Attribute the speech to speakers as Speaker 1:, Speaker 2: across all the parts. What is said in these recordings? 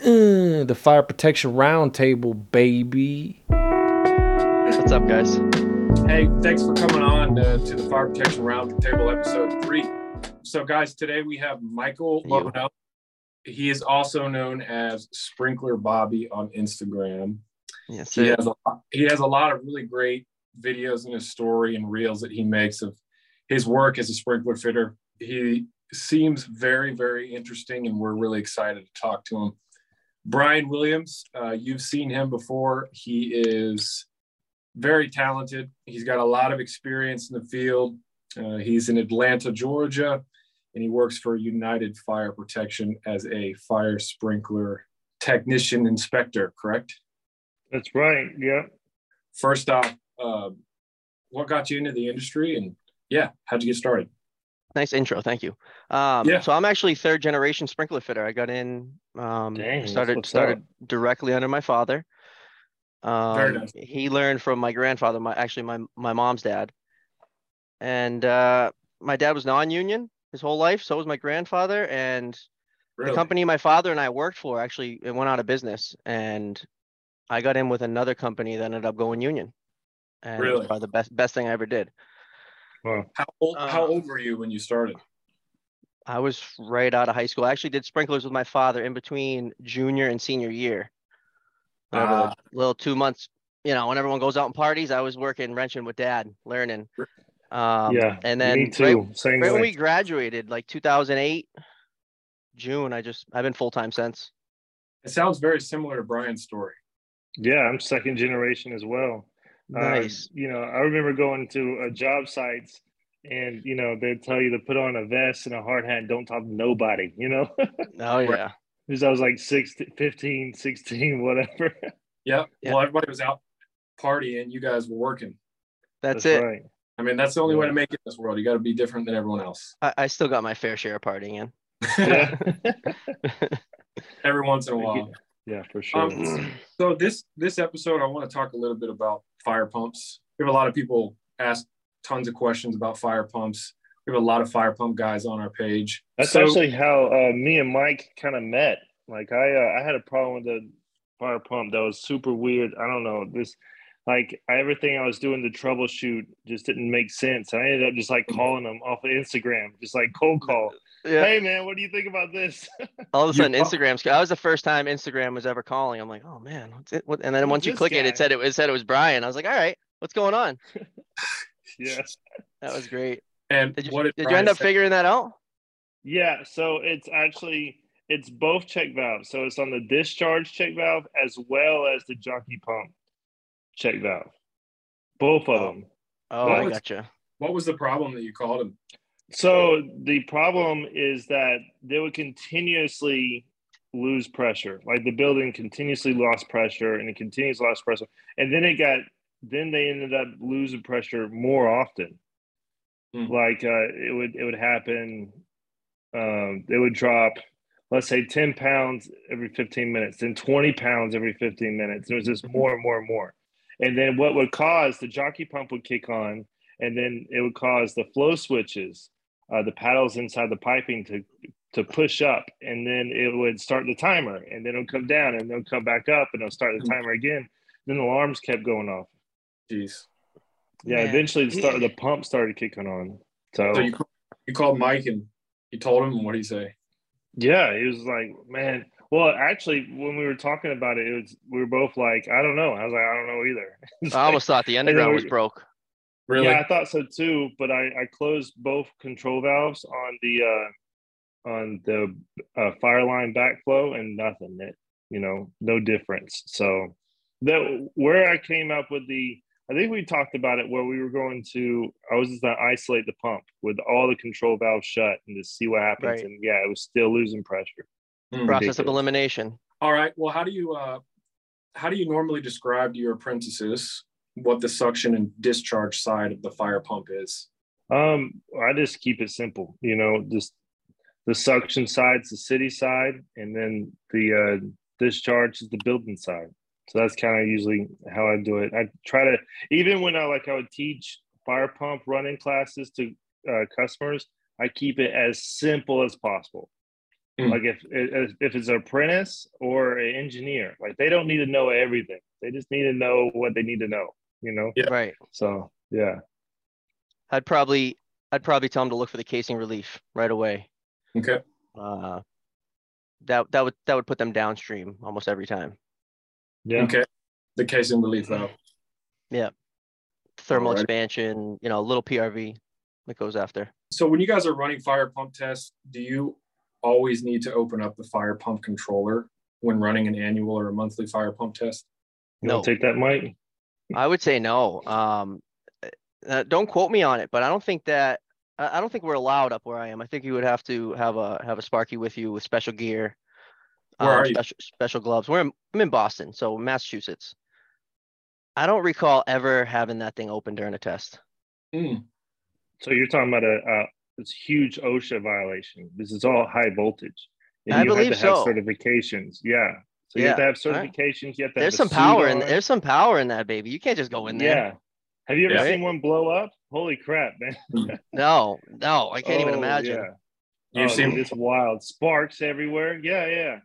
Speaker 1: Uh, the Fire Protection Roundtable, baby.
Speaker 2: What's up, guys?
Speaker 3: Hey, thanks for coming on uh, to the Fire Protection Roundtable episode three. So, guys, today we have Michael
Speaker 2: Yo.
Speaker 3: Lovell. He is also known as Sprinkler Bobby on Instagram.
Speaker 2: Yes,
Speaker 3: He
Speaker 2: sir.
Speaker 3: has a lot, he has a lot of really great videos in his story and reels that he makes of his work as a sprinkler fitter. He seems very very interesting, and we're really excited to talk to him. Brian Williams, uh, you've seen him before. He is very talented. He's got a lot of experience in the field. Uh, he's in Atlanta, Georgia, and he works for United Fire Protection as a fire sprinkler technician inspector. Correct?
Speaker 4: That's right. Yeah.
Speaker 3: first off, um, what got you into the industry, and yeah, how'd you get started?
Speaker 2: Nice intro. Thank you. Um,
Speaker 3: Yeah.
Speaker 2: So I'm actually third generation sprinkler fitter. I got in, um,
Speaker 4: Dang, that's
Speaker 2: started
Speaker 4: what's
Speaker 2: started directly under my father. Um,
Speaker 3: Very nice.
Speaker 2: He learned from my grandfather, my actually my my mom's dad, and uh, my dad was non-union his whole life. So was my grandfather, and
Speaker 3: Really?
Speaker 2: the company my father and I worked for actually it went out of business, and I got in with another company that ended up going union, and it was
Speaker 3: Really?
Speaker 2: probably the best best thing I ever did.
Speaker 4: Wow.
Speaker 3: how old
Speaker 2: uh,
Speaker 3: How old were you when you started?
Speaker 2: I was right out of high school. I actually did sprinklers with my father in between junior and senior year. Whenever the
Speaker 3: Ah.
Speaker 2: little two months, you know, when everyone goes out and parties, I was working wrenching with dad, learning. Um,
Speaker 4: yeah.
Speaker 2: and then
Speaker 4: me
Speaker 2: right-
Speaker 4: too. Same
Speaker 2: right
Speaker 4: way.
Speaker 2: when we graduated, like 2008 June, I just I've been full time since.
Speaker 3: It sounds very similar to Brian's story.
Speaker 4: Yeah, I'm second generation as well. Uh,
Speaker 2: Nice.
Speaker 4: you know, I remember going to uh, job sites and you know they'd tell you to put on a vest and a hard hat and don't talk to nobody. You know,
Speaker 2: oh yeah,
Speaker 4: because I was like 16, 15, 16, whatever.
Speaker 3: Yep.
Speaker 2: Yeah.
Speaker 3: Well, everybody was out partying. You guys were working.
Speaker 2: that's, it.
Speaker 4: Right.
Speaker 3: I mean, that's the only way to
Speaker 4: Yeah.
Speaker 3: make it in this world. You got to be different than everyone else.
Speaker 2: I, I still got my fair share of partying in.
Speaker 4: Yeah.
Speaker 3: Every once in a while.
Speaker 4: yeah, for sure.
Speaker 3: Um, so this this episode, I want to talk a little bit about fire pumps. We have a lot of people ask tons of questions about fire pumps. We have a lot of fire pump guys on our page.
Speaker 4: That's
Speaker 3: So-
Speaker 4: actually how uh, me and Mike kind of met. Like I, uh, I had a problem with the fire pump that was super weird. I don't know this, like I- everything I was doing to troubleshoot just didn't make sense. I ended up just like calling them off of Instagram, just like cold call.
Speaker 2: yeah.
Speaker 4: Hey man, what do you think about this?
Speaker 2: All of a
Speaker 3: You
Speaker 2: sudden,
Speaker 3: call-
Speaker 2: Instagram's. That was the first time Instagram was ever calling. I'm like, oh man, what's it? What? And then
Speaker 4: Who's
Speaker 2: once you
Speaker 4: this
Speaker 2: click it,
Speaker 4: guy?
Speaker 2: it said it, was- it said it was Brian. I was like, all right, what's going on?
Speaker 4: yeah,
Speaker 2: That was great.
Speaker 3: And
Speaker 2: Did you
Speaker 3: what
Speaker 2: did, you
Speaker 3: Brian
Speaker 2: end up
Speaker 3: say?
Speaker 2: figuring that out?
Speaker 4: yeah. So it's actually it's both check valves. So it's on the discharge check valve as well as the jockey pump check valve. Both of
Speaker 2: Oh.
Speaker 4: them.
Speaker 2: Oh,
Speaker 3: Well,
Speaker 2: I
Speaker 3: it's-
Speaker 2: gotcha.
Speaker 3: What was the problem that you called him?
Speaker 4: So the problem is that they would continuously lose pressure. Like the building continuously lost pressure and it continues lost pressure. And then it got then they ended up losing pressure more often.
Speaker 3: Hmm.
Speaker 4: Like uh, it would it would happen um it would drop let's say 10 pounds every 15 minutes, then 20 pounds every 15 minutes. It was just more and more and more. And then what would cause the jockey pump would kick on and then it would cause the flow switches uh, the paddles inside the piping to to push up and then it would start the timer and then it'll come down and it'll come back up and it'll start the timer again then the alarms kept going off
Speaker 3: Jeez.
Speaker 4: yeah
Speaker 2: Man.
Speaker 4: eventually the start the pump started kicking on so,
Speaker 3: So you, you called Mike and you told him what do you say?
Speaker 4: yeah it was like man well actually when we were talking about it it was we were both like i don't know i was like i don't know either It's
Speaker 2: I
Speaker 4: like-
Speaker 2: almost thought the
Speaker 4: then
Speaker 2: underground was
Speaker 4: we-
Speaker 2: broke.
Speaker 3: Really?
Speaker 4: Yeah, I thought so too, but I, I closed both control valves on the uh, on the uh, fire line backflow and nothing. It you know no difference. So that where I came up with the I think we talked about it where we were going to I was just gonna isolate the pump with all the control valves shut and just see what happens.
Speaker 2: Right.
Speaker 4: And yeah, it was still losing pressure.
Speaker 3: Hmm.
Speaker 2: Process of
Speaker 4: Ridiculous.
Speaker 2: elimination.
Speaker 3: All right. Well, how do you uh, how do you normally describe to your apprentices what the suction and discharge side of the fire pump is?
Speaker 4: Um, I just keep it simple, you know, just the suction side's the city side, and then the uh, discharge is the building side. So that's kind of usually how I do it. I try to even when I like I would teach fire pump running classes to uh, customers, I keep it as simple as possible.
Speaker 3: Mm.
Speaker 4: Like if if if it's an apprentice or an engineer, like they don't need to know everything. They just need to know what they need to know. You know.
Speaker 3: Yeah.
Speaker 2: Right.
Speaker 4: So yeah,
Speaker 2: I'd probably I'd probably tell him to look for the casing relief right away.
Speaker 3: Okay.
Speaker 2: Uh, that that would that would put them downstream almost every time.
Speaker 4: yeah.
Speaker 3: Okay. The case in relief valve.
Speaker 2: Thermal
Speaker 3: Alrighty.
Speaker 2: expansion, you know, a little PRV that goes after.
Speaker 3: So when you guys are running fire pump tests, do you always need to open up the fire pump controller when running an annual or a monthly fire pump test?
Speaker 4: You wanna
Speaker 2: No.
Speaker 4: take that, Mike.
Speaker 2: I would say no. Um, uh, don't quote me on it, but I don't think that I, I don't think we're allowed up where I am. I think you would have to have a have a Sparky with you with special gear,
Speaker 3: Where
Speaker 2: um,
Speaker 3: are you?
Speaker 2: special, special gloves. We're in, I'm in Boston, so Massachusetts. I don't recall ever having that thing open during a test.
Speaker 4: Hmm.
Speaker 3: Mm,
Speaker 4: So you're talking about a, uh this huge OSHA violation. This is all high voltage. And
Speaker 2: I
Speaker 4: you
Speaker 2: believe
Speaker 4: have to have
Speaker 2: so.
Speaker 4: certifications. Yeah. So you have to have
Speaker 2: alright.
Speaker 4: certifications. You have to
Speaker 2: There's some
Speaker 4: have a suit
Speaker 2: power in
Speaker 4: on.
Speaker 2: there's some power in that baby. You can't just go in there.
Speaker 4: Yeah. Have you ever
Speaker 2: Yeah.
Speaker 4: seen one blow up? Holy crap, man!
Speaker 2: No, no, I can't even
Speaker 4: Oh,
Speaker 2: imagine.
Speaker 4: yeah.
Speaker 3: You've
Speaker 4: oh,
Speaker 3: seen-
Speaker 4: dude, it's wild sparks everywhere. Yeah, yeah,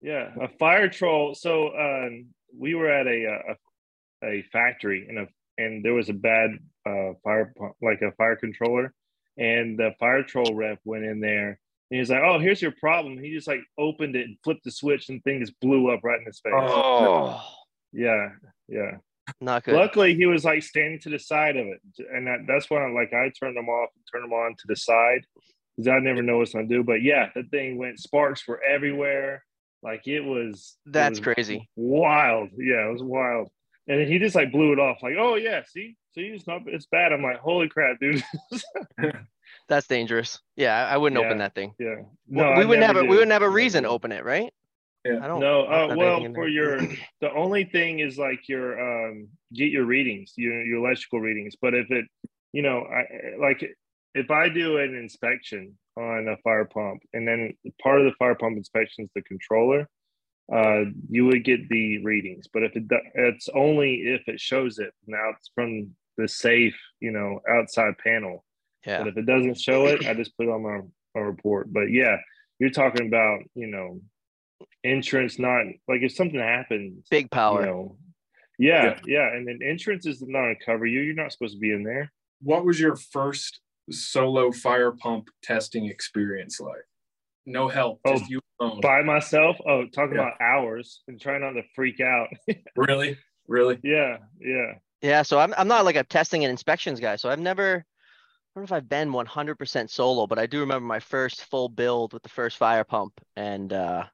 Speaker 4: yeah. A fire troll. So um, we were at a, uh, a a factory and a and there was a bad uh, fire pu- like a fire controller, and the fire troll rep went in there and he's like, "Oh, here's your problem." He just like opened it and flipped the switch and thing just blew up right in his face.
Speaker 3: Oh.
Speaker 2: Oh,
Speaker 4: Yeah, yeah.
Speaker 2: not good.
Speaker 4: Luckily, he was like standing to the side of it, and that, that's when I like I turned him off, and turned him on to the side because I never know what's gonna do. But yeah, that thing went sparks were everywhere, like it was. it
Speaker 2: That's
Speaker 4: was
Speaker 2: crazy.
Speaker 4: Wild, yeah, it was wild. And then he just like blew it off, like, oh yeah, see, see, it's not, it's bad. I'm like, holy crap, dude.
Speaker 2: That's dangerous. Yeah, I, I wouldn't
Speaker 4: Yeah.
Speaker 2: open that thing.
Speaker 4: yeah,
Speaker 2: We- we
Speaker 4: I
Speaker 2: wouldn't have
Speaker 4: never
Speaker 2: a, we
Speaker 4: do.
Speaker 2: wouldn't have a
Speaker 4: Never
Speaker 2: reason
Speaker 4: do.
Speaker 2: to open it, right?
Speaker 3: Yeah.
Speaker 2: I don't.
Speaker 4: No,
Speaker 2: I don't
Speaker 4: uh,
Speaker 2: have anything
Speaker 4: well,
Speaker 2: in
Speaker 4: for
Speaker 2: there.
Speaker 4: your the only thing is like your um get your readings, your your electrical readings. But if it, you know, I like if I do an inspection on a fire pump, and then part of the fire pump inspection is the controller, uh, you would get the readings. But if it do- it's only if it shows it now it's from the safe, you know, outside panel.
Speaker 2: yeah,
Speaker 4: But if it doesn't show it, I just put it on my, my report. But yeah, you're talking about, you know, insurance not like if something happens,
Speaker 2: big
Speaker 4: you
Speaker 2: power.
Speaker 4: know. Yeah, yeah. And then insurance is not gonna cover you. You're not supposed to be in there.
Speaker 3: What was your first solo fire pump testing experience like? No help,
Speaker 4: Oh,
Speaker 3: just you alone.
Speaker 4: By myself. Oh, talking
Speaker 3: Yeah.
Speaker 4: about hours and trying not to freak out.
Speaker 3: Really? Really?
Speaker 4: yeah, yeah.
Speaker 2: Yeah, so I'm I'm not like a testing and inspections guy, so I've never. I don't know if I've been 100% solo, but I do remember my first full build with the first fire pump, and uh,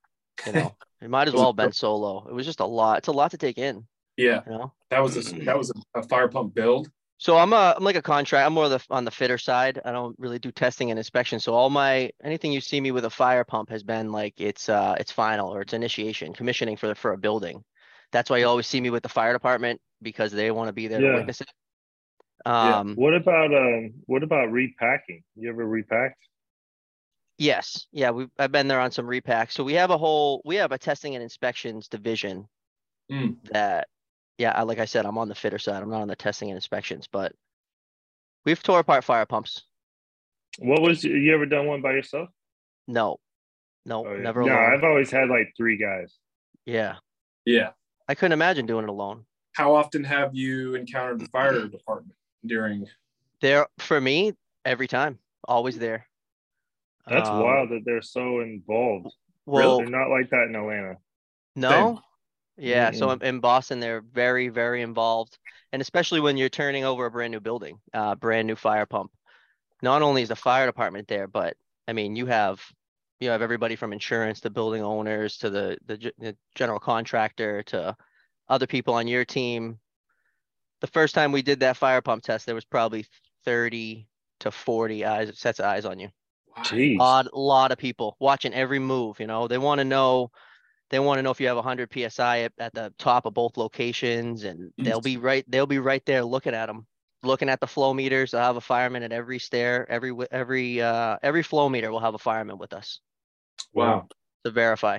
Speaker 2: you know, it might as
Speaker 3: Was it
Speaker 2: well have been
Speaker 3: pro-
Speaker 2: solo. It was just a lot. It's a lot to take in,
Speaker 3: Yeah.
Speaker 2: you know.
Speaker 3: That was a, that was a, a fire pump build.
Speaker 2: So I'm a I'm like a contract. I'm more of the on the fitter side. I don't really do testing and inspection. So all my anything you see me with a fire pump has been like it's uh it's final or it's initiation commissioning for for a building. That's why you always see me with the fire department because they want to be there
Speaker 4: Yeah.
Speaker 2: to witness it.
Speaker 3: Yeah.
Speaker 2: Um
Speaker 4: What about um what about repacking? You ever repacked?
Speaker 2: yes. Yeah, we I've been there on some repacks. So we have a whole we have a testing and inspections division
Speaker 3: Mm.
Speaker 2: that yeah, I, like I said, I'm on the fitter side. I'm not on the testing and inspections, but we've tore apart fire pumps.
Speaker 4: What was you ever done one by yourself?
Speaker 2: No. No,
Speaker 4: Oh, yeah.
Speaker 2: never
Speaker 4: no,
Speaker 2: alone.
Speaker 4: I've always had like three guys.
Speaker 2: Yeah,
Speaker 3: Yeah.
Speaker 2: I couldn't imagine doing it alone.
Speaker 3: How often have you encountered the fire department during?
Speaker 2: There for me, every time, always there.
Speaker 4: That's
Speaker 2: Um,
Speaker 4: wild that they're so involved.
Speaker 2: Well,
Speaker 4: They're not like that in Atlanta.
Speaker 2: no, yeah. So in, in Boston, they're very, very involved, and especially when you're turning over a brand new building, uh, brand new fire pump. Not only is the fire department there, but I mean, you have you have everybody from insurance to building owners to the the, ge- the general contractor to other people on your team. The first time we did that fire pump test, there was probably thirty to forty eyes sets of eyes on you.
Speaker 3: Wow.
Speaker 4: Jeez.
Speaker 2: lot lot of people watching every move you know they want to know they want to know if you have 100 psi at, at the top of both locations and they'll be right they'll be right there looking at them looking at the flow meters i'll have a fireman at every stair every wi- every uh every flow meter will have a fireman with us
Speaker 3: Wow.
Speaker 2: to verify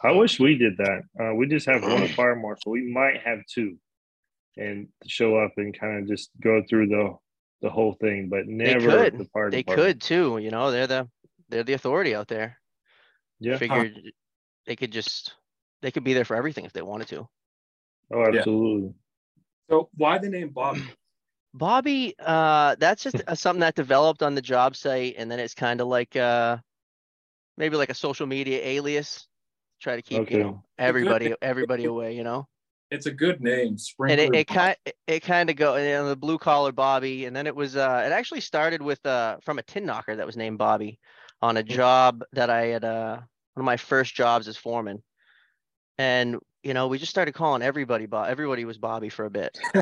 Speaker 4: I wish we did that. Uh, we just have one fire marshal. We might have two, and show up and kind of just go through the the whole thing, but never
Speaker 2: could.
Speaker 4: the fire
Speaker 2: they
Speaker 4: department.
Speaker 2: could too you know they're the they're the authority out there
Speaker 4: Yeah.
Speaker 2: Figured they could just they could be there for everything if they wanted to.
Speaker 4: Oh,
Speaker 3: Yeah.
Speaker 4: absolutely.
Speaker 3: So why the name Bobby?
Speaker 2: Bobby, uh, that's just uh, something that developed on the job site, and then it's kind of like uh, maybe like a social media alias, try to keep
Speaker 4: Okay.
Speaker 2: you know everybody everybody away, you know.
Speaker 3: It's a good name.
Speaker 2: And
Speaker 3: Sprinkler.
Speaker 2: it, it kind it kind of go and then the blue collar Bobby, and then it was uh, it actually started with uh, from a tin knocker that was named Bobby, on a job that I had uh, one of my first jobs as foreman, and you know we just started calling everybody Bob. Everybody was Bobby for a bit.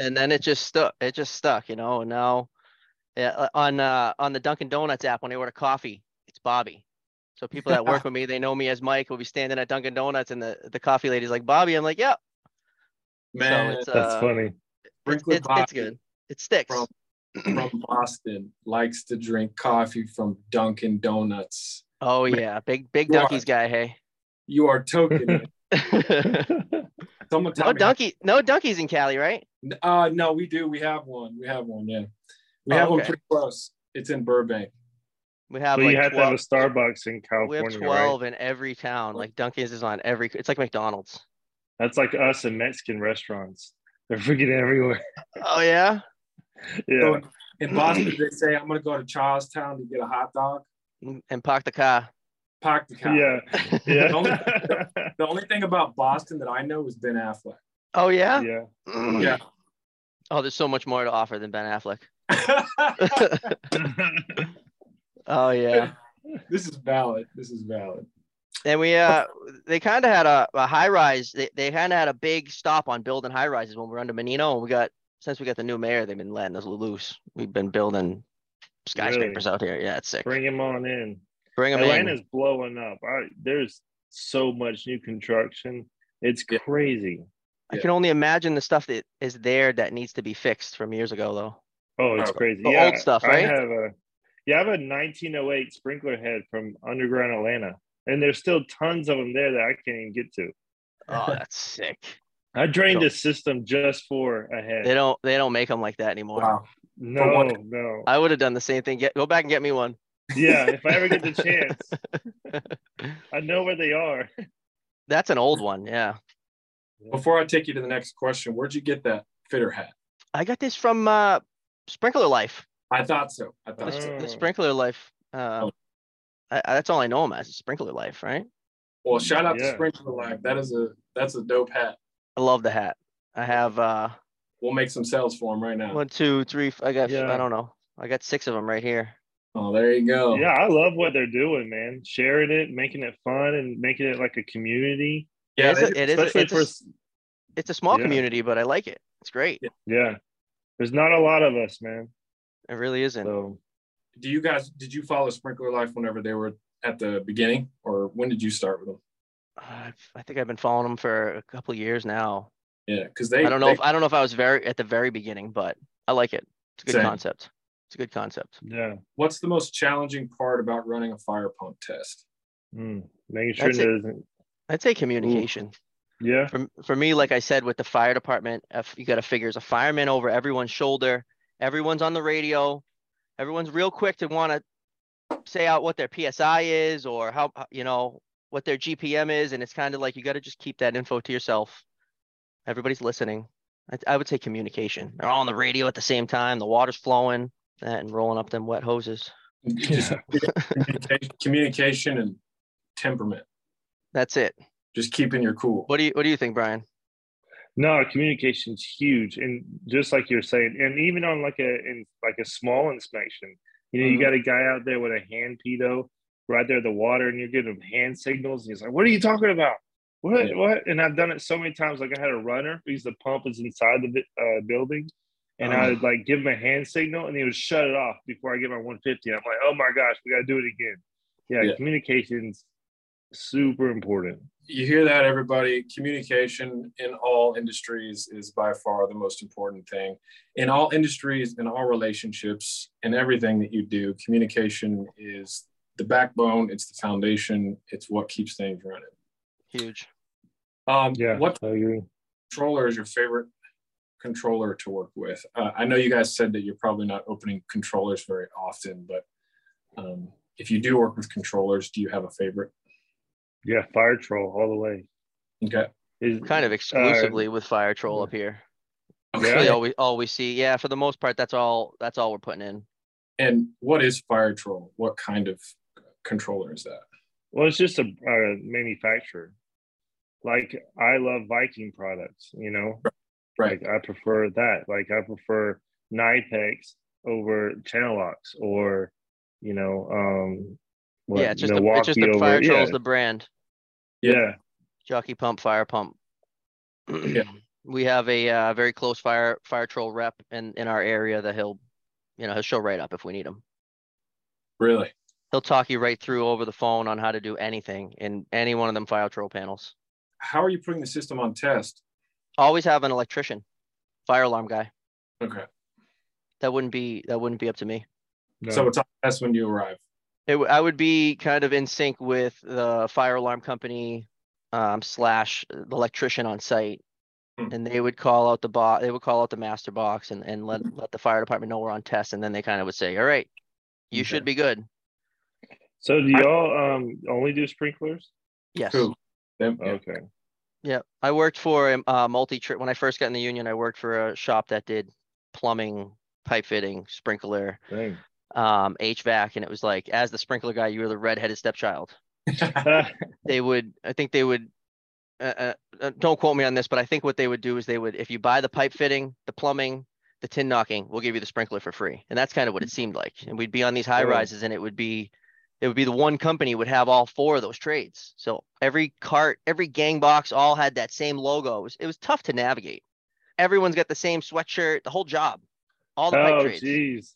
Speaker 2: and then it just stuck. It just stuck, you know. And now, yeah, uh, on uh, on the Dunkin' Donuts app, when they order coffee, it's Bobby. So people that work with me, they know me as Mike. Will be standing at Dunkin' Donuts, and the the coffee lady's like Bobby. I'm like, yep.
Speaker 3: Man,
Speaker 2: so it's
Speaker 4: That's
Speaker 2: uh,
Speaker 4: funny.
Speaker 2: it's,
Speaker 3: Sprinkler
Speaker 2: it's, it's
Speaker 3: Bobby.
Speaker 2: good. It sticks.
Speaker 3: Bro. from Boston likes to drink coffee from Dunkin' Donuts.
Speaker 2: Oh yeah, big big
Speaker 3: You are-
Speaker 2: Dunkies guy. Hey,
Speaker 3: You are token. it.
Speaker 2: no
Speaker 3: Someone tell me-
Speaker 2: Dunky, no Dunkies in Cali, right?
Speaker 3: Uh, no, we do. We have one. We have one. Yeah, we
Speaker 2: Oh,
Speaker 3: have one
Speaker 2: okay.
Speaker 3: pretty close. It's in Burbank.
Speaker 2: We have
Speaker 4: But you
Speaker 2: like
Speaker 4: have to have a
Speaker 2: 12,
Speaker 4: Starbucks in
Speaker 2: we have
Speaker 4: California, right?
Speaker 2: 12 in every town. Like Dunkies is on every. It's like McDonald's.
Speaker 4: That's like us in Mexican restaurants. They're freaking everywhere.
Speaker 2: Oh yeah.
Speaker 3: So
Speaker 4: Yeah.
Speaker 3: in Boston, they say I'm gonna go to Charlestown to get a hot dog.
Speaker 2: And- And park the car.
Speaker 3: Park the car.
Speaker 4: Yeah. Yeah.
Speaker 3: The only thing about Boston that I know is Ben Affleck.
Speaker 2: Oh yeah. Mm.
Speaker 4: yeah.
Speaker 3: Yeah.
Speaker 4: Mm.
Speaker 2: Oh, there's so much more to offer than Ben Affleck. oh yeah,
Speaker 3: this is valid. This is valid.
Speaker 2: and we uh, they kind of had a, a high rise. They they kind of had a big stop on building high rises when we were under Menino, and we got since we got the new mayor, they've been letting us loose. We've been building skyscrapers out here. Yeah, it's sick. Bring,
Speaker 4: Bring him on in.
Speaker 2: them
Speaker 4: Atlanta's
Speaker 2: in.
Speaker 4: blowing up. I, there's so much new construction. It's
Speaker 3: Yeah.
Speaker 4: crazy.
Speaker 2: I can only imagine the stuff that is there that needs to be fixed from years ago, though.
Speaker 4: Oh, it's
Speaker 3: Oh,
Speaker 4: crazy.
Speaker 2: the
Speaker 4: yeah,
Speaker 2: old stuff,
Speaker 4: I
Speaker 2: right?
Speaker 4: have a yeah, I have a 1908 sprinkler head from underground Atlanta, and there's still tons of them there that I can't even get to.
Speaker 2: Oh, that's sick.
Speaker 4: I drained
Speaker 2: Cool.
Speaker 4: a system just for a head.
Speaker 2: They don't they don't make them like that anymore.
Speaker 3: Wow.
Speaker 4: no,
Speaker 3: one-
Speaker 4: no.
Speaker 2: I would have done the same thing. Get go back and get me one.
Speaker 4: yeah, if I ever get the chance, I know where they are.
Speaker 2: That's an old one. Yeah.
Speaker 3: Before I take you to the next question, where'd you get that fitter hat?
Speaker 2: I got this from uh Sprinkler Life.
Speaker 3: I thought so. I
Speaker 2: The,
Speaker 3: thought so.
Speaker 2: s- the
Speaker 4: Oh.
Speaker 2: Sprinkler Life. Uh,
Speaker 3: Oh.
Speaker 2: I, I- that's all I know him as. is Sprinkler Life, right?
Speaker 3: Well, shout out
Speaker 4: Yeah.
Speaker 3: to Sprinkler Life. That is a that's a dope hat.
Speaker 2: I love the hat. I have uh
Speaker 3: We'll make some sales for him right now.
Speaker 2: one, two, three. f- I got. f-
Speaker 4: Yeah.
Speaker 2: I don't know. I got six of them right here.
Speaker 3: Oh, there you go.
Speaker 4: Yeah, I love what they're doing, man. Sharing it, making it fun, and making it like a community.
Speaker 3: Yeah,
Speaker 2: it's
Speaker 3: they
Speaker 2: a-
Speaker 3: do.
Speaker 2: it is. a-
Speaker 4: Especially
Speaker 2: It's, a,
Speaker 4: for
Speaker 2: s- it's a small
Speaker 4: yeah.
Speaker 2: community, but I like it. It's great.
Speaker 3: Yeah.
Speaker 4: yeah, there's not a lot of us, man.
Speaker 2: It really isn't.
Speaker 4: So
Speaker 3: do you guys did you follow Sprinkler Life whenever they were at the beginning, or when did you start with them?
Speaker 2: i I think Uh, I've been following them for a couple of years now.
Speaker 3: Yeah, because they
Speaker 2: I don't know
Speaker 3: they-
Speaker 2: if I don't know if I was very at the very beginning, but I like it. It's a good
Speaker 3: Same.
Speaker 2: concept. It's a good concept.
Speaker 4: yeah,
Speaker 3: what's the most challenging part about running a fire pump test?
Speaker 4: mm, making sure it
Speaker 2: That's it.
Speaker 4: doesn't.
Speaker 2: I'd say communication.
Speaker 4: Yeah,
Speaker 2: for, for me, like I said, with the fire department, if you got to figure as a fireman over everyone's shoulder. Everyone's on the radio. Everyone's real quick to want to say out what their PSI is or how, how- you know, what their GPM is. And it's kind of like you got to just keep that info to yourself. Everybody's listening. I, I would say communication. They're all on the radio at the same time. The water's flowing and rolling up them wet hoses.
Speaker 3: Just communica- communication and temperament.
Speaker 2: That's it.
Speaker 3: Just keeping your cool.
Speaker 2: What do you What do you think, Brian?
Speaker 4: No, communication's huge, and just like you're saying, and even on like a in like a small inspection, you know, you
Speaker 3: Mhm.
Speaker 4: got a guy out there with a hand pedo right there at the water, and you're giving him hand signals, and he's like, "What are you talking about? What?
Speaker 3: Yeah.
Speaker 4: What?" And I've done it so many times. Like I had a runner because the pump is inside the bu- uh, building, and
Speaker 3: Uh-huh.
Speaker 4: I would like give him a hand signal, and he would shut it off before I get my 150. And I'm like, "Oh my gosh, we got to do it again." Yeah,
Speaker 3: Yeah.
Speaker 4: communication's super important.
Speaker 3: You hear that, everybody. Communication in all industries is by far the most important thing. In all industries, in all relationships, in everything that you do, communication is the backbone, it's the foundation, it's what keeps things running.
Speaker 2: Huge.
Speaker 3: Um,
Speaker 4: Yeah,
Speaker 3: What
Speaker 4: I agree.
Speaker 3: controller is your favorite controller to work with? Uh, I know you guys said that you're probably not opening controllers very often, but um, if you do work with controllers, do you have a favorite?
Speaker 4: Yeah, Fire Troll all the way.
Speaker 3: Okay.
Speaker 4: Is
Speaker 2: kind of exclusively with Fire Troll up here.
Speaker 3: Okay.
Speaker 4: Yeah.
Speaker 2: Really all we all we see. Yeah, for the most part, that's all that's all we're putting in.
Speaker 3: And what is Fire Troll? What kind of controller is that?
Speaker 4: well, it's just a, a manufacturer. Like I love Viking products, you know.
Speaker 3: Right.
Speaker 4: Like I prefer that. Like I prefer Nipex over Channel Locks or, you know, um, what,
Speaker 2: yeah, it's just the,
Speaker 4: Milwaukee
Speaker 2: it's just the
Speaker 4: over
Speaker 2: Fire
Speaker 4: yeah,
Speaker 2: Troll's the brand.
Speaker 4: yeah.
Speaker 2: Jockey Pump Fire Pump. We have a uh, very close fire fire troll rep in in our area that he'll, you know, he'll show right up if we need him.
Speaker 3: Really?
Speaker 2: He'll talk you right through over the phone on how to do anything in any one of them fire troll panels.
Speaker 3: How are you putting the system on test?
Speaker 2: Always have an electrician, fire alarm guy.
Speaker 3: Okay.
Speaker 2: That wouldn't be that wouldn't be up to me.
Speaker 4: No.
Speaker 3: So it's on test when you arrive.
Speaker 2: It, w- I would be kind of in sync with the fire alarm company um, slash the electrician on site.
Speaker 3: Hmm.
Speaker 2: And they would call out the box, they would call out the master box and, and let, let the fire department know we're on test. And then they kind of would say, all right, you
Speaker 4: Okay.
Speaker 2: should be good.
Speaker 4: So do y'all um only do sprinklers?
Speaker 2: Yes.
Speaker 3: Cool. Then- yeah.
Speaker 4: Okay.
Speaker 2: Yeah. I worked for a uh, multi trip. When I first got in the union, I worked for a shop that did plumbing, pipe fitting, sprinkler,
Speaker 4: Dang.
Speaker 2: um, HVAC. And it was like, as the sprinkler guy, you were the redheaded stepchild. they would i think they would uh, uh, uh, don't quote me on this but i think what they would do is they would if you buy the pipe fitting the plumbing the tin knocking we'll give you the sprinkler for free and that's kind of what it seemed like and we'd be on these high
Speaker 4: Oh.
Speaker 2: rises and it would be it would be the one company would have all four of those trades so every cart every gang box all had that same logo it was, it was tough to navigate everyone's got the same sweatshirt the whole job all the pipe
Speaker 4: oh
Speaker 2: trades
Speaker 4: jeez.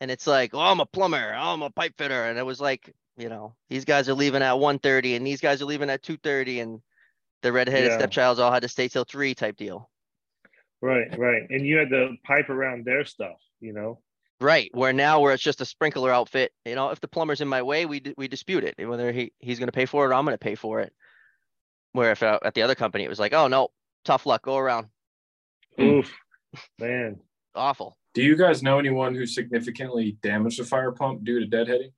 Speaker 2: and it's like, oh, I'm a plumber, I'm a pipe fitter, and it was like, you know, these guys are leaving at 1:30, and these guys are leaving at 2:30, and the redheaded
Speaker 4: Yeah.
Speaker 2: stepchilds all had to stay till three type deal.
Speaker 4: Right, right. And you had to pipe around their stuff, you know?
Speaker 2: Right, where now where it's just a sprinkler outfit, you know, if the plumber's in my way, we d- we dispute it, whether he he's going to pay for it or I'm going to pay for it. Where if uh, at the other company it was like, oh no, tough luck, go around,
Speaker 3: Hmm.
Speaker 4: Oof. Man.
Speaker 2: awful.
Speaker 3: do you guys know anyone who significantly damaged a fire pump due to deadheading?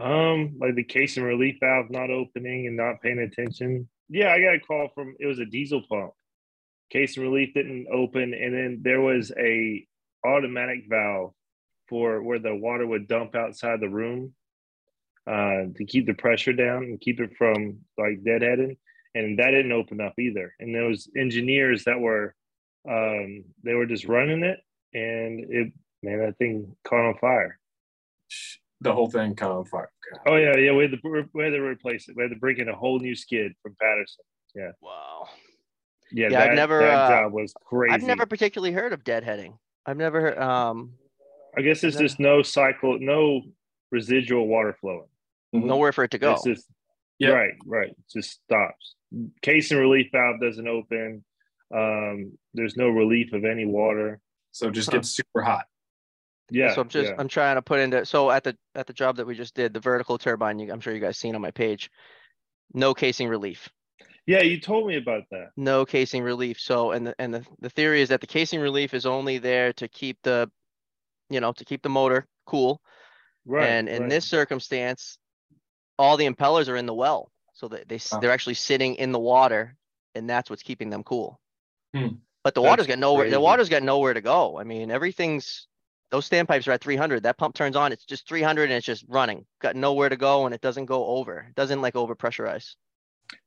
Speaker 4: Um, like the case and relief valve not opening and not paying attention. Yeah, I got a call from it was a diesel pump. Case and relief didn't open, and then there was a automatic valve for where the water would dump outside the room uh, to keep the pressure down and keep it from like deadheading, and that didn't open up either. And there was engineers that were um, they were just running it, and it man that thing caught on fire.
Speaker 3: Sh- The whole thing caught on fire. God.
Speaker 4: Oh yeah, yeah. We had to we had to replace it. We had to bring in a whole new skid from Patterson.
Speaker 2: Wow.
Speaker 4: Yeah,
Speaker 2: Yeah, I've
Speaker 4: that,
Speaker 2: never,
Speaker 4: that
Speaker 2: uh,
Speaker 4: job was crazy.
Speaker 2: I've never particularly heard of deadheading. I've never heard. Um,
Speaker 4: I guess it's
Speaker 2: I've never-
Speaker 4: just no cycle, no residual water flowing. Mm-hmm.
Speaker 2: nowhere for it to go.
Speaker 4: It's just
Speaker 3: Yeah.
Speaker 4: right, right. It just stops. Case and relief valve doesn't open. Um, there's no relief of any water.
Speaker 3: So it just
Speaker 2: Huh.
Speaker 3: gets super hot.
Speaker 4: Yeah,
Speaker 2: So I'm just
Speaker 4: yeah.
Speaker 2: I'm trying to put into so at the at the job that we just did the vertical turbine. You, I'm sure you guys seen on my page. No casing relief.
Speaker 4: yeah. You told me about that.
Speaker 2: No casing relief. So and the and the, the theory is that the casing relief is only there to keep the, you know, to keep the motor cool.
Speaker 4: Right.
Speaker 2: and in
Speaker 4: right.
Speaker 2: this circumstance, all the impellers are in the well, so that they s
Speaker 3: Huh.
Speaker 2: they're actually sitting in the water, and that's what's keeping them cool.
Speaker 3: Hmm.
Speaker 2: But the
Speaker 4: That's
Speaker 2: water's got nowhere.
Speaker 4: crazy.
Speaker 2: The water's got nowhere to go. I mean, everything's those standpipes are at 300. That pump turns on, it's just 300, and it's just running. Got nowhere to go, and it doesn't go over. It doesn't like over pressurize.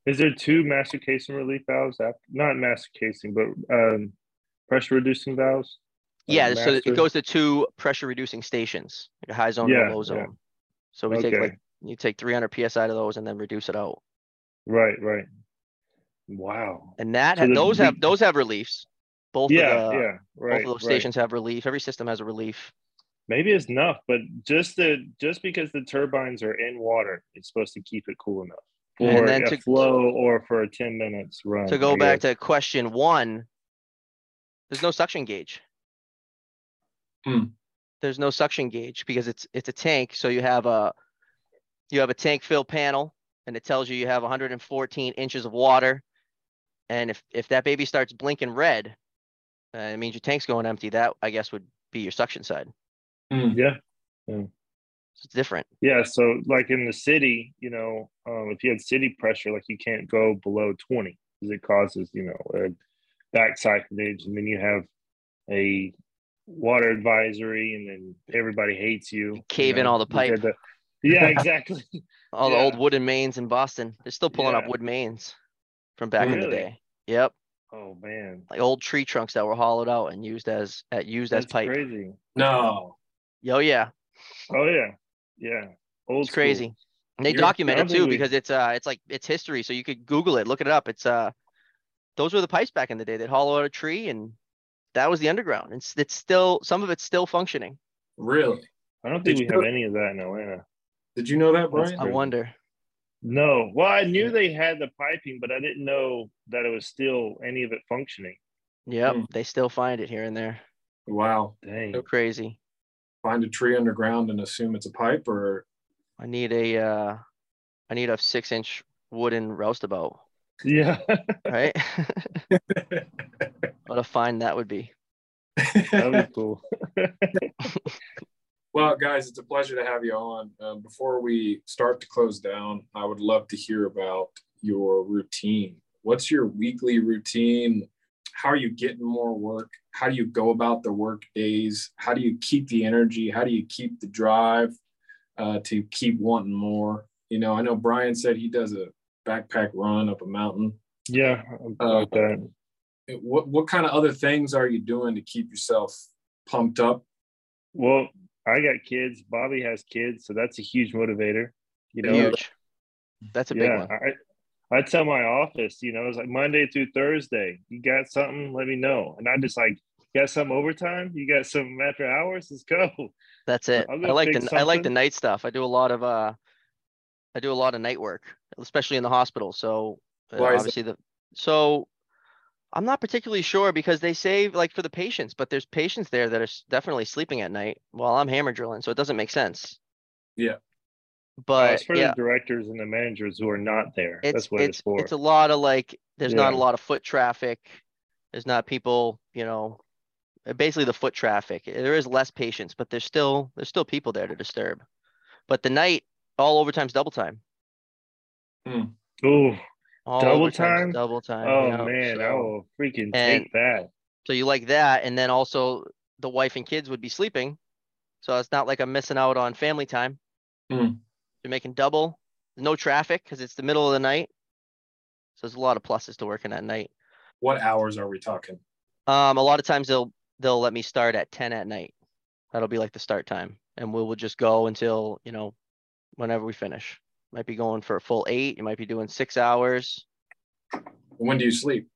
Speaker 4: Is there two master casing relief valves? After, not master casing, but um, pressure reducing valves. Like
Speaker 2: yeah, so it
Speaker 4: master-
Speaker 2: goes to two pressure reducing stations, like a high zone and
Speaker 4: Yeah,
Speaker 2: a low
Speaker 4: yeah.
Speaker 2: zone. So we take
Speaker 4: Okay.
Speaker 2: like you take 300 psi to those, and then reduce it out.
Speaker 4: Right, right. Wow.
Speaker 2: And that
Speaker 4: So
Speaker 2: ha-
Speaker 4: the-
Speaker 2: those
Speaker 4: the-
Speaker 2: have those have reliefs. Both
Speaker 4: yeah,
Speaker 2: of the,
Speaker 4: yeah,
Speaker 2: both
Speaker 4: right.
Speaker 2: of those
Speaker 4: right.
Speaker 2: stations have relief. Every system has a relief.
Speaker 4: Maybe it's enough, but just the just because the turbines are in water, it's supposed to keep it cool enough
Speaker 2: And
Speaker 4: for
Speaker 2: then
Speaker 4: a
Speaker 2: to-
Speaker 4: flow or for a ten minutes run.
Speaker 2: to go back to question one, there's no suction gauge.
Speaker 3: Hmm.
Speaker 2: There's no suction gauge because it's it's a tank, so you have a you have a tank fill panel and it tells you you have 114 inches of water. And if if that baby starts blinking red, uh, it means your tank's going empty. That I guess would be your suction side.
Speaker 3: Hmm.
Speaker 4: yeah,
Speaker 2: it's different.
Speaker 4: Yeah, so like in the city, you know, um, if you had city pressure, like you can't go below twenty because it causes, you know, a backside age, and then you have a water advisory, and then everybody hates you.
Speaker 2: Cave
Speaker 4: you
Speaker 2: in all the
Speaker 4: you had
Speaker 2: pipe.
Speaker 4: the- yeah, exactly.
Speaker 2: All the
Speaker 4: Yeah.
Speaker 2: old wooden mains in Boston. They're still pulling up
Speaker 4: Yeah.
Speaker 2: wood mains from back in the
Speaker 4: Really?
Speaker 2: day. Yep.
Speaker 4: oh man,
Speaker 2: Like old tree trunks that were hollowed out and used as at used as pipe.
Speaker 4: crazy.
Speaker 3: No.
Speaker 2: Oh yeah.
Speaker 4: Oh yeah, yeah. Old
Speaker 2: It's
Speaker 4: school.
Speaker 2: crazy. And they
Speaker 4: You're-
Speaker 2: document
Speaker 4: I
Speaker 2: it
Speaker 4: think
Speaker 2: too
Speaker 4: we-
Speaker 2: because it's uh it's like it's history. So you could Google it, look it up. It's uh those were the pipes back in the day. They'd hollow out a tree and that was the underground. And it's, it's still some of it's still functioning.
Speaker 3: Really?
Speaker 4: I don't think
Speaker 3: Did
Speaker 4: we
Speaker 3: you-
Speaker 4: have any of that in Atlanta.
Speaker 3: Did you know that,
Speaker 4: That's
Speaker 3: Brian?
Speaker 2: I
Speaker 4: Crazy.
Speaker 2: wonder.
Speaker 4: No. Well, I knew they had the piping, but I didn't know that it was still any of it functioning.
Speaker 2: Yep,
Speaker 3: Hmm.
Speaker 2: they still find it here and there.
Speaker 3: Wow.
Speaker 4: Dang.
Speaker 2: So crazy.
Speaker 3: Find a tree underground and assume it's a pipe or
Speaker 2: I need a uh I need a six inch wooden roustabout,
Speaker 4: Yeah.
Speaker 2: right? what a find that would be.
Speaker 4: that was cool.
Speaker 3: Well, guys, it's a pleasure to have you on. Uh, before we start to close down, I would love to hear about your routine. What's your weekly routine? How are you getting more work? How do you go about the work days? How do you keep the energy? How do you keep the drive uh, to keep wanting more? You know, I know Brian said he does a backpack run up a mountain.
Speaker 4: Yeah. Like
Speaker 2: Uh,
Speaker 4: that.
Speaker 3: What what kind of other things are you doing to keep yourself pumped up?
Speaker 4: Well, I got kids. Bobby has kids, so that's a huge motivator. You know,
Speaker 2: Huge. That's a big
Speaker 4: yeah.
Speaker 2: one.
Speaker 4: I, I tell my office, you know, it's like Monday through Thursday. You got something? Let me know. And I just like got some overtime. You got some after hours? Let's go.
Speaker 2: That's it.
Speaker 4: I'll
Speaker 2: I
Speaker 4: go
Speaker 2: like the
Speaker 4: fix
Speaker 2: I like the
Speaker 4: something.
Speaker 2: night stuff. I do a lot of uh I do a lot of night work, especially in the hospital. So uh,
Speaker 3: Why is that?
Speaker 2: obviously the so I'm not particularly sure because they save like for the patients, but there's patients there that are s- definitely sleeping at night while I'm hammer drilling, so it doesn't make sense.
Speaker 3: Yeah.
Speaker 4: Uh,
Speaker 2: But
Speaker 4: it's for
Speaker 2: yeah,
Speaker 4: the directors and the managers who are not there.
Speaker 2: it's
Speaker 4: that's what
Speaker 2: it's
Speaker 4: it's, for.
Speaker 2: it's a lot of like there's not a
Speaker 4: Yeah.
Speaker 2: lot of foot traffic there's not people you know uh, basically the foot traffic Uh, there is less patients but there's still there's still people there to disturb but the night all overtime's double time
Speaker 4: Ooh,
Speaker 2: all
Speaker 4: Double
Speaker 2: overtime's
Speaker 4: time?
Speaker 2: double time
Speaker 4: oh
Speaker 2: yeah,
Speaker 4: man, I
Speaker 2: so-
Speaker 4: will freaking
Speaker 2: And-
Speaker 4: take that.
Speaker 2: so you like that and then also the wife and kids would be sleeping so it's not like i'm missing out on family time
Speaker 3: Mm.
Speaker 2: you're making double no traffic because it's the middle of the night so there's a lot of pluses to working at night
Speaker 3: What hours are we talking?
Speaker 2: Um, a lot of times they'll they'll let me start at ten at night. That'll be like the start time, and we will just go until you know, whenever we finish. Might be going for a full eight. You might be doing six hours.
Speaker 3: When do you sleep?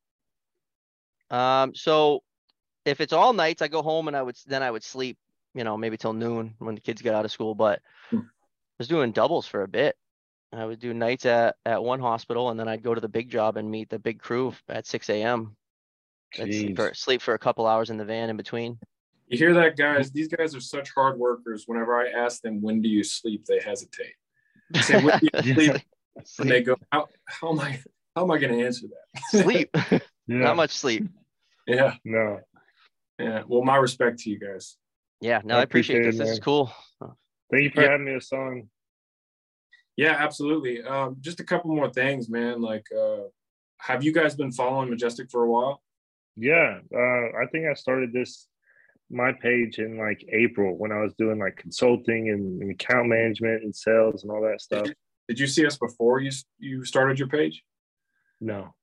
Speaker 2: Um, so if it's all nights, I go home and I would s- then I would sleep. You know, maybe till noon when the kids get out of school. But I
Speaker 3: Hmm.
Speaker 2: was doing doubles for a bit. I would do nights at at one hospital, and then I'd go to the big job and meet the big crew at six a.m. I'd
Speaker 4: Jeez.
Speaker 2: sleep for, sleep for a couple hours in the van in between.
Speaker 3: You hear that, guys? These guys are such hard workers. Whenever I ask them when do you sleep, they hesitate. I say, when do you sleep? and they go, how, how am I? How am I going to answer that?
Speaker 2: sleep
Speaker 4: Yeah,
Speaker 2: not much sleep
Speaker 3: Yeah,
Speaker 4: no,
Speaker 3: yeah. Well, my respect to you guys.
Speaker 2: yeah no
Speaker 4: I
Speaker 2: i appreciate
Speaker 4: appreciate
Speaker 2: this
Speaker 4: it,
Speaker 2: this is
Speaker 4: man.
Speaker 2: cool
Speaker 4: thank you for
Speaker 3: Yeah.
Speaker 4: having me, Hassan.
Speaker 3: Yeah, absolutely. Um, just a couple more things, man. Like, uh, have you guys been following Majestic for a while?
Speaker 4: Yeah, uh, I think I started this my page in like April when I was doing like consulting and, and account management and sales and all that stuff.
Speaker 3: Did you see us before you you started your page?
Speaker 4: No,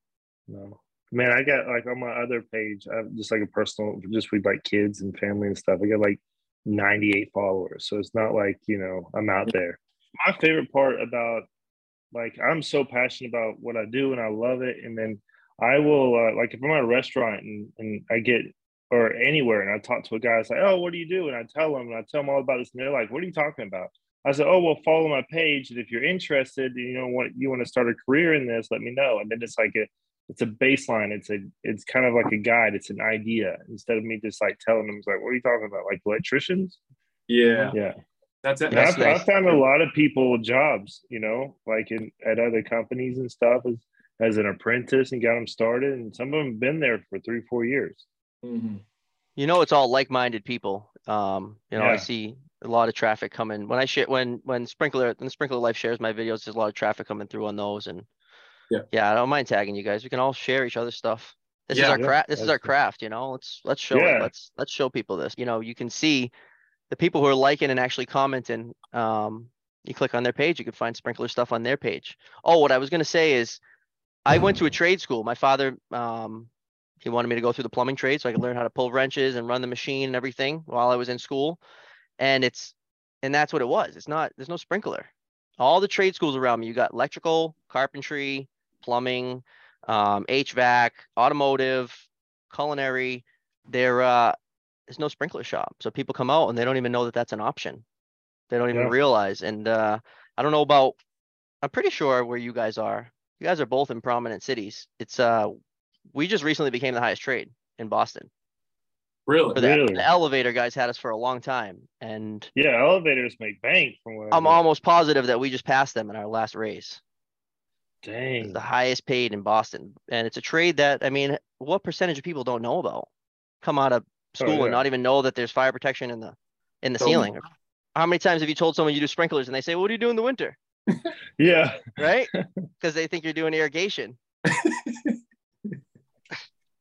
Speaker 4: no, man, I got like on my other page, I have just like a personal, just with like kids and family and stuff. I got like 98 followers, so it's not like you know I'm out there. My favorite part about like I'm so passionate about what I do and I love it, and then I will uh, like if I'm at a restaurant and, and I get or anywhere and I talk to a guy, it's like, oh, what do you do? And I tell them and I tell them all about this, and they're like, what are you talking about? I said, oh, well, follow my page, and if you're interested, and you know what, you want to start a career in this, let me know. And then it's like a it's a baseline. It's a it's kind of like a guide. It's an idea instead of me just like telling them it's like, what are you talking about? Like electricians?
Speaker 3: Yeah,
Speaker 4: Yeah.
Speaker 3: that's it.
Speaker 4: And I've,
Speaker 3: That's nice.
Speaker 4: I've found a lot of people jobs, you know, like in at other companies and stuff as as an apprentice and got them started. And some of them been there for three, four years.
Speaker 3: Mhm.
Speaker 2: you know it's all like-minded people um you know i
Speaker 4: Yeah.
Speaker 2: see a lot of traffic coming. When I shit when when sprinkler when sprinkler life shares my videos, there's a lot of traffic coming through on those. And
Speaker 3: Yeah.
Speaker 2: I don't mind tagging you guys. We can all share each other's stuff. This is
Speaker 3: Yeah.
Speaker 2: our
Speaker 4: Yeah,
Speaker 2: craft. This is our
Speaker 4: absolutely.
Speaker 2: craft. You know, let's let's show
Speaker 4: Yeah.
Speaker 2: it. Let's let's show people this. You know, you can see the people who are liking and actually commenting. Um, you click on their page, you can find sprinkler stuff on their page. Oh, what I was gonna say is, I went to a trade school. My father, um, he wanted me to go through the plumbing trade so I could learn how to pull wrenches and run the machine and everything while I was in school. And it's and that's what it was. It's not there's no sprinkler. All the trade schools around me, you got electrical, carpentry, plumbing, um, HVAC, automotive, culinary. There uh, there's no sprinkler shop, so people come out and they don't even know that that's an option. They don't even
Speaker 4: Yeah.
Speaker 2: realize. And uh, I don't know about. I'm pretty sure where you guys are. You guys are both in prominent cities. It's uh, we just recently became the highest trade in Boston. For
Speaker 3: Really?
Speaker 2: that.
Speaker 4: Really?
Speaker 2: The elevator guys had us for a long time, and
Speaker 4: Yeah, elevators make bank from what I
Speaker 2: I'm
Speaker 4: know.
Speaker 2: almost positive that we just passed them in our last raise. It's
Speaker 4: Dang.
Speaker 2: the highest paid in Boston, and it's a trade that I mean, what percentage of people don't know about? Come out of school
Speaker 4: Oh, yeah.
Speaker 2: and not even know that there's fire protection in the in the
Speaker 3: Oh.
Speaker 2: ceiling. How many times have you told someone you do sprinklers and they say, "What do you do in the winter?"
Speaker 4: Yeah.
Speaker 2: Right? Because they think you're doing irrigation.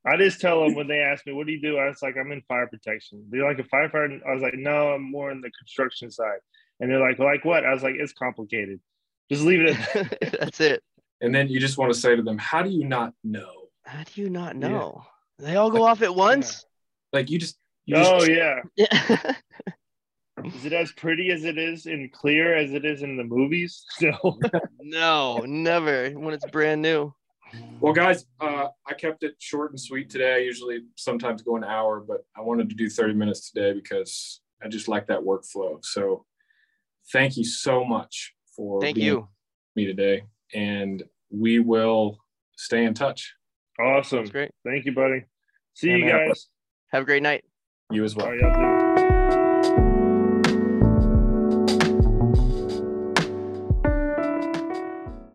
Speaker 4: I just tell them when they ask me, "What do you do?" I was like, "I'm in fire protection." They're like, "A firefighter?" I was like, "No, I'm more in the construction side." And they're like, "Like what?" I was like, "It's complicated. Just leave it." at
Speaker 2: That's it.
Speaker 3: And then you just want to say to them, how do you not know?
Speaker 2: How do you not
Speaker 4: Yeah.
Speaker 2: know? They all go off at once.
Speaker 3: Like you just, you just
Speaker 4: Oh yeah.
Speaker 2: Yeah.
Speaker 4: Is it as pretty as it is and clear as it is in the movies? No.
Speaker 2: no, never. When it's brand new.
Speaker 3: Well, guys, uh, I kept it short and sweet today. I usually sometimes go an hour, but I wanted to do 30 minutes today because I just like that workflow. So thank you so much for
Speaker 2: Thank
Speaker 3: being
Speaker 2: you.
Speaker 3: with me today. And we will stay in touch.
Speaker 4: awesome.
Speaker 2: That's great.
Speaker 4: Thank you, buddy. See
Speaker 2: Yeah,
Speaker 4: you
Speaker 2: man.
Speaker 4: guys.
Speaker 2: Have a great night.
Speaker 3: You as well.
Speaker 4: All right, y'all.